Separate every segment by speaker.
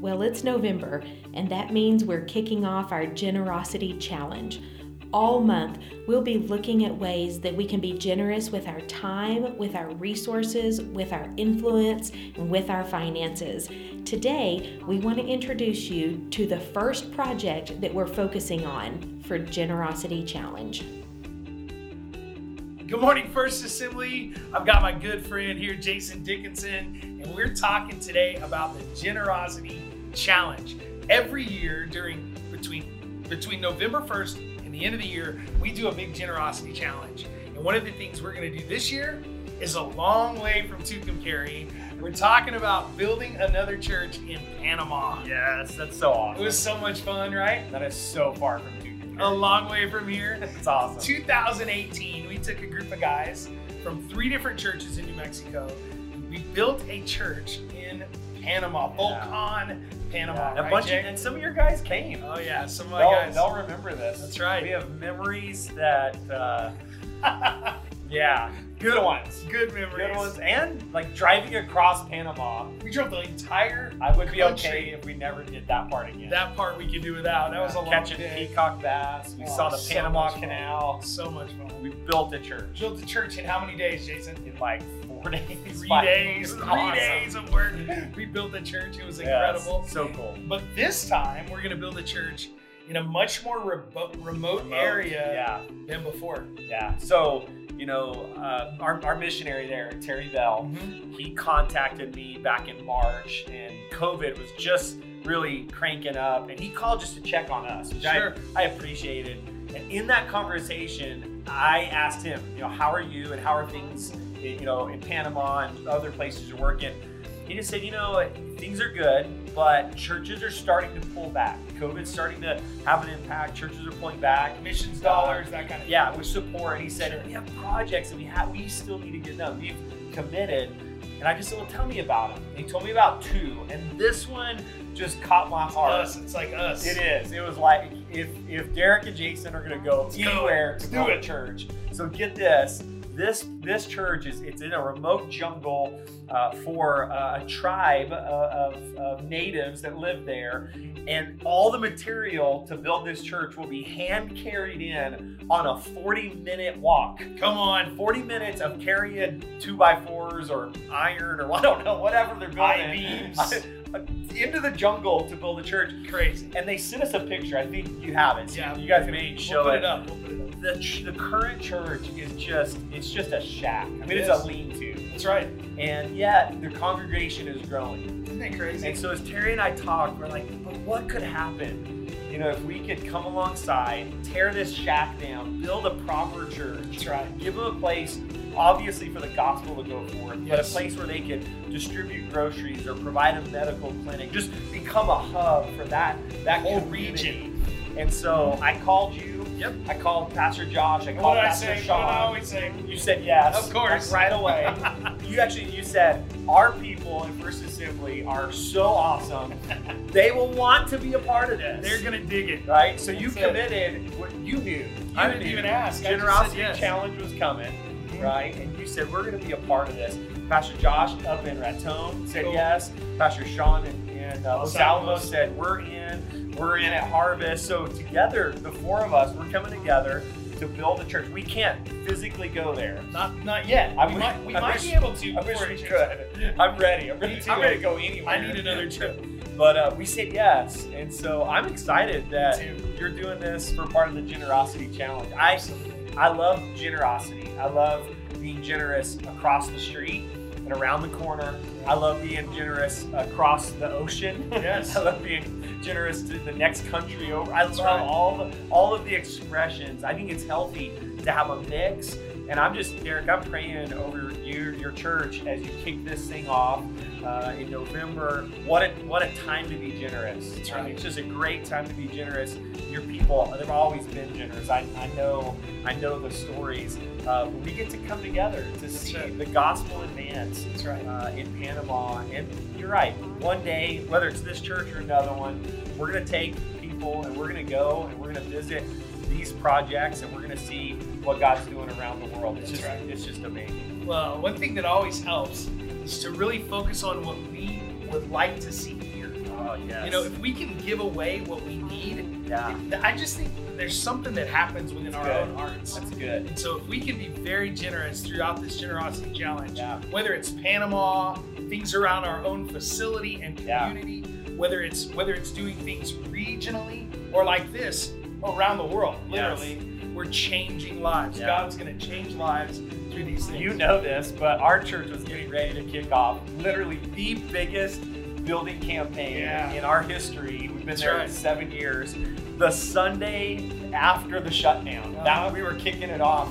Speaker 1: Well, it's November, and that means we're kicking off our Generosity Challenge. All month, we'll be looking at ways that we can be generous with our time, with our resources, with our influence, and with our finances. Today, we want to introduce you to the first project that we're focusing on for Generosity Challenge.
Speaker 2: Good morning, First Assembly. I've got my good friend here, Jason Dickinson, and we're talking today about the Generosity Challenge. Every year during between between November 1st and the end of the year, we do a big generosity challenge. And one of the things we're going to do this year is a long way from Tucumcari. We're talking about building another church in Panama.
Speaker 3: Yes, that's so
Speaker 2: It
Speaker 3: awesome.
Speaker 2: was Oh. so much fun, right?
Speaker 3: that is so far from Tucumcari.
Speaker 2: A long way from here.
Speaker 3: It's awesome.
Speaker 2: 2018, we took a group of guys from three different churches in New Mexico. We built a church in Panama, Volcan, Panama.
Speaker 3: And a
Speaker 2: right,
Speaker 3: bunch of,
Speaker 2: Jay?
Speaker 3: and some of your guys came.
Speaker 2: oh yeah, some of my
Speaker 3: they'll,
Speaker 2: guys.
Speaker 3: they'll remember this.
Speaker 2: That's right.
Speaker 3: We have memories that, uh, yeah, good ones.
Speaker 2: Good memories.
Speaker 3: Good ones. And like driving across Panama,
Speaker 2: We drove the entire.
Speaker 3: I would be
Speaker 2: Country.
Speaker 3: okay if we never did that part again.
Speaker 2: That part we could do without. That was a long
Speaker 3: catching
Speaker 2: day.
Speaker 3: peacock bass. We
Speaker 2: Oh,
Speaker 3: saw the
Speaker 2: so much
Speaker 3: Panama
Speaker 2: fun.
Speaker 3: Canal.
Speaker 2: So much fun.
Speaker 3: We built a church
Speaker 2: Built the church in how many days, Jason?
Speaker 3: in like four days.
Speaker 2: Three
Speaker 3: five
Speaker 2: days. Three
Speaker 3: Awesome.
Speaker 2: days of work. We built the church. It was incredible.
Speaker 3: Yes, so cool.
Speaker 2: But this time, we're going to build a church in a much more rebo- remote, area
Speaker 3: Yeah.
Speaker 2: than before.
Speaker 3: Yeah. So, you know, uh, our, our missionary there, Terry Bell, he contacted me back in March, and COVID was just really cranking up, and he called just to check on us, which
Speaker 2: Sure.
Speaker 3: I, I appreciated. And in that conversation, I asked him, you know, how are you and how are things, you know, in Panama and other places you're working? He just said, you know, things are good, but churches are starting to pull back. COVID's starting to have an impact. Churches are pulling back.
Speaker 2: Missions dollars, that kind of
Speaker 3: Yeah, with support. And he said,
Speaker 2: Sure.
Speaker 3: we have projects and we have we still need to get done. We've committed. And I just said, well, tell me about them. And he told me about two. And this one just caught my
Speaker 2: It's
Speaker 3: heart.
Speaker 2: us. It's like us.
Speaker 3: It is. It was like if if Derek and Jason are gonna go
Speaker 2: Let's go.
Speaker 3: anywhere
Speaker 2: Let's
Speaker 3: to
Speaker 2: do
Speaker 3: build
Speaker 2: it.
Speaker 3: a church. So get this. This this church is it's in a remote jungle uh, for uh, a tribe uh, of, of natives that live there, and all the material to build this church will be hand carried in on a 40 minute walk.
Speaker 2: Come on.
Speaker 3: 40 minutes of carrying two by fours or iron or I don't know whatever they're
Speaker 2: I
Speaker 3: building
Speaker 2: beams.
Speaker 3: into the jungle to build a church
Speaker 2: Crazy.
Speaker 3: and they sent us a picture. I think you have it. So
Speaker 2: Yeah,
Speaker 3: you guys may
Speaker 2: We'll
Speaker 3: show
Speaker 2: put
Speaker 3: it.
Speaker 2: it up. We'll put it up.
Speaker 3: The, ch- the current church is just it's just a shack. I mean,
Speaker 2: It
Speaker 3: it's
Speaker 2: is.
Speaker 3: a lean-to,
Speaker 2: That's right.
Speaker 3: and yet the congregation is growing.
Speaker 2: Isn't that crazy?
Speaker 3: And so as Terry and I talk, we're like, but what could happen? You know, if we could come alongside, tear this shack down, build a proper church,
Speaker 2: That's right.
Speaker 3: give them a place, obviously for the gospel to go forth, but a
Speaker 2: Yes.
Speaker 3: place where they could distribute groceries or provide a medical clinic, just become a hub for that that
Speaker 2: Whole
Speaker 3: community.
Speaker 2: region.
Speaker 3: And so I called you.
Speaker 2: Yep.
Speaker 3: I called Pastor Josh. I
Speaker 2: What
Speaker 3: called
Speaker 2: did I
Speaker 3: Pastor
Speaker 2: say? What did I
Speaker 3: Sean.
Speaker 2: always say?
Speaker 3: You said yes.
Speaker 2: Of course.
Speaker 3: Like right away. you actually you said our people in First Assembly are so awesome. they will want to be a part of this.
Speaker 2: They're going to dig it.
Speaker 3: right. So you
Speaker 2: That's it.
Speaker 3: committed. What you knew. You
Speaker 2: I didn't
Speaker 3: knew
Speaker 2: even ask. I just
Speaker 3: Generosity
Speaker 2: said yes.
Speaker 3: challenge was coming. Right. And you said we're going to be a part of this. Pastor Josh up in Raton said
Speaker 2: Cool.
Speaker 3: yes. Pastor Sean and, and uh,
Speaker 2: Los
Speaker 3: Los Alamos
Speaker 2: Alamos.
Speaker 3: said we're in. We're in at Harvest. So together, the four of us, we're coming together to build a church. We can't physically go there.
Speaker 2: Not, not yet.
Speaker 3: I
Speaker 2: we
Speaker 3: wish-
Speaker 2: might, we
Speaker 3: I
Speaker 2: might
Speaker 3: wish-
Speaker 2: be able to.
Speaker 3: I wish
Speaker 2: before
Speaker 3: we
Speaker 2: it gets-
Speaker 3: could. I'm ready. I'm ready.
Speaker 2: Me
Speaker 3: I'm
Speaker 2: too.
Speaker 3: ready to go anywhere.
Speaker 2: I need another trip.
Speaker 3: But uh, we said yes, and so I'm excited that
Speaker 2: too.
Speaker 3: you're doing this for part of the generosity challenge. I I love generosity. I love being generous across the street and around the corner. I love being generous across the ocean.
Speaker 2: Yes.
Speaker 3: I love being generous to the next country over. I love
Speaker 2: right.
Speaker 3: all the, all of the expressions. I think it's healthy to have a mix. And I'm just Derek. I'm praying over you, your church, as you kick this thing off uh, in November. What a what a time to be generous.
Speaker 2: That's
Speaker 3: I mean,
Speaker 2: right.
Speaker 3: it's just a great time to be generous. Your people, they've always been generous. I, I know I know the stories. Uh, but we get to come together to see
Speaker 2: it.
Speaker 3: the gospel advance
Speaker 2: That's right.
Speaker 3: uh, in Panama. And you're right, one day, whether it's this church or another one, we're going to take people and we're going to go and we're going to visit these projects and we're going to see what God's doing around the world. It's
Speaker 2: That's
Speaker 3: just,
Speaker 2: right.
Speaker 3: it's just amazing.
Speaker 2: Well, one thing that always helps is to really focus on what we would like to see here.
Speaker 3: Oh, Oh yes.
Speaker 2: You know, if we can give away what we need,
Speaker 3: yeah,
Speaker 2: I just think there's something that happens within
Speaker 3: It's
Speaker 2: our
Speaker 3: good.
Speaker 2: own hearts.
Speaker 3: that's good.
Speaker 2: And so if we can be very generous throughout this generosity challenge,
Speaker 3: Yeah,
Speaker 2: whether it's Panama, things around our own facility and
Speaker 3: Yeah.
Speaker 2: community, whether it's whether it's doing things regionally or like this around the world,
Speaker 3: Yes.
Speaker 2: literally, we're changing lives.
Speaker 3: Yeah.
Speaker 2: God's going to change lives through these things.
Speaker 3: you know this, but our church was getting ready to kick off literally the biggest building campaign
Speaker 2: Yeah.
Speaker 3: in our history. We've been
Speaker 2: That's
Speaker 3: there
Speaker 2: right.
Speaker 3: seven years. The Sunday after the shutdown,
Speaker 2: Yeah.
Speaker 3: that we were kicking it off,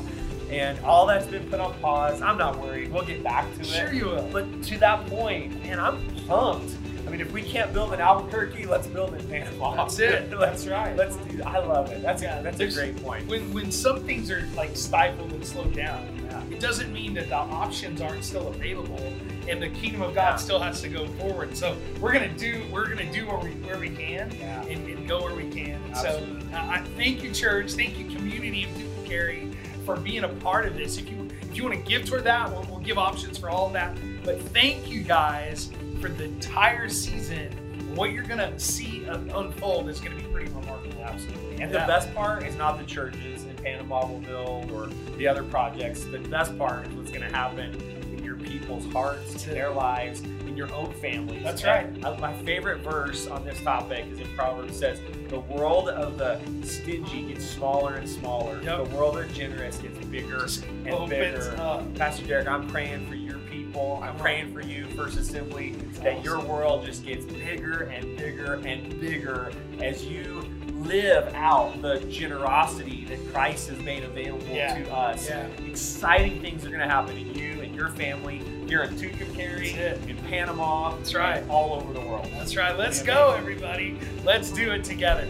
Speaker 3: and all that's been put on pause. I'm not worried. We'll get back to it.
Speaker 2: sure you will.
Speaker 3: But to that point, man, I'm pumped. I mean, if we can't build in Albuquerque, let's build in Panama.
Speaker 2: That's it.
Speaker 3: let's
Speaker 2: right.
Speaker 3: let's do. I love it. That's
Speaker 2: Yeah,
Speaker 3: a, that's a
Speaker 2: there's-
Speaker 3: great point.
Speaker 2: When when some things are like stifled and slowed down,
Speaker 3: Yeah.
Speaker 2: it doesn't mean that the options aren't still available and the kingdom of God
Speaker 3: Yeah.
Speaker 2: still has to go forward. So we're gonna do we're gonna do where we where we can
Speaker 3: Yeah.
Speaker 2: and, and go where we can. And so
Speaker 3: Absolutely.
Speaker 2: uh, I thank you, church. Thank you, community of Duke Carey, for being a part of this. If you if you want to give toward that, we'll, we'll give options for all of that. But thank you guys for the entire season. What you're gonna see un- unfold is gonna be pretty remarkable. Absolutely.
Speaker 3: And the best part is not the churches in Panama will build or the other projects. The best part is what's going to happen in your people's hearts, to their lives, in your own families.
Speaker 2: That's
Speaker 3: And I- my favorite verse on this topic is in Proverbs says, "The world of the stingy gets smaller and smaller.
Speaker 2: Yep.
Speaker 3: The world of generous gets bigger and
Speaker 2: opens
Speaker 3: bigger."
Speaker 2: up. Uh-huh.
Speaker 3: Pastor Derek, I'm praying for your people. I'm praying for you, First Assembly, that your world just gets bigger and bigger and bigger as you live out the generosity that Christ has made available
Speaker 2: Yeah.
Speaker 3: to us.
Speaker 2: Yeah.
Speaker 3: Exciting things are going to happen to you and your family here in Tucumcari,
Speaker 2: That's
Speaker 3: in Panama,
Speaker 2: That's right.
Speaker 3: and all over the world.
Speaker 2: That's right. Let's go, everybody. Let's do it together.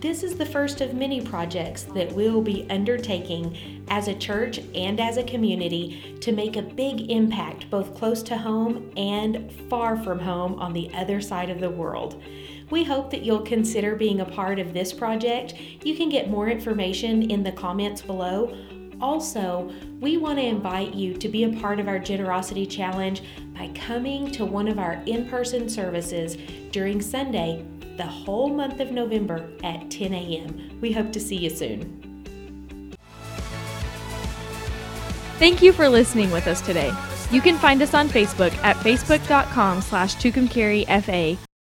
Speaker 1: This is the first of many projects that we'll be undertaking as a church and as a community to make a big impact both close to home and far from home on the other side of the world. We hope that you'll consider being a part of this project. You can get more information in the comments below. Also, we want to invite you to be a part of our Generosity Challenge by coming to one of our in person services during Sunday, the whole month of November at 10 a.m. We hope to see you soon.
Speaker 4: Thank you for listening with us today. You can find us on Facebook at facebook.com slash Tucumcari FA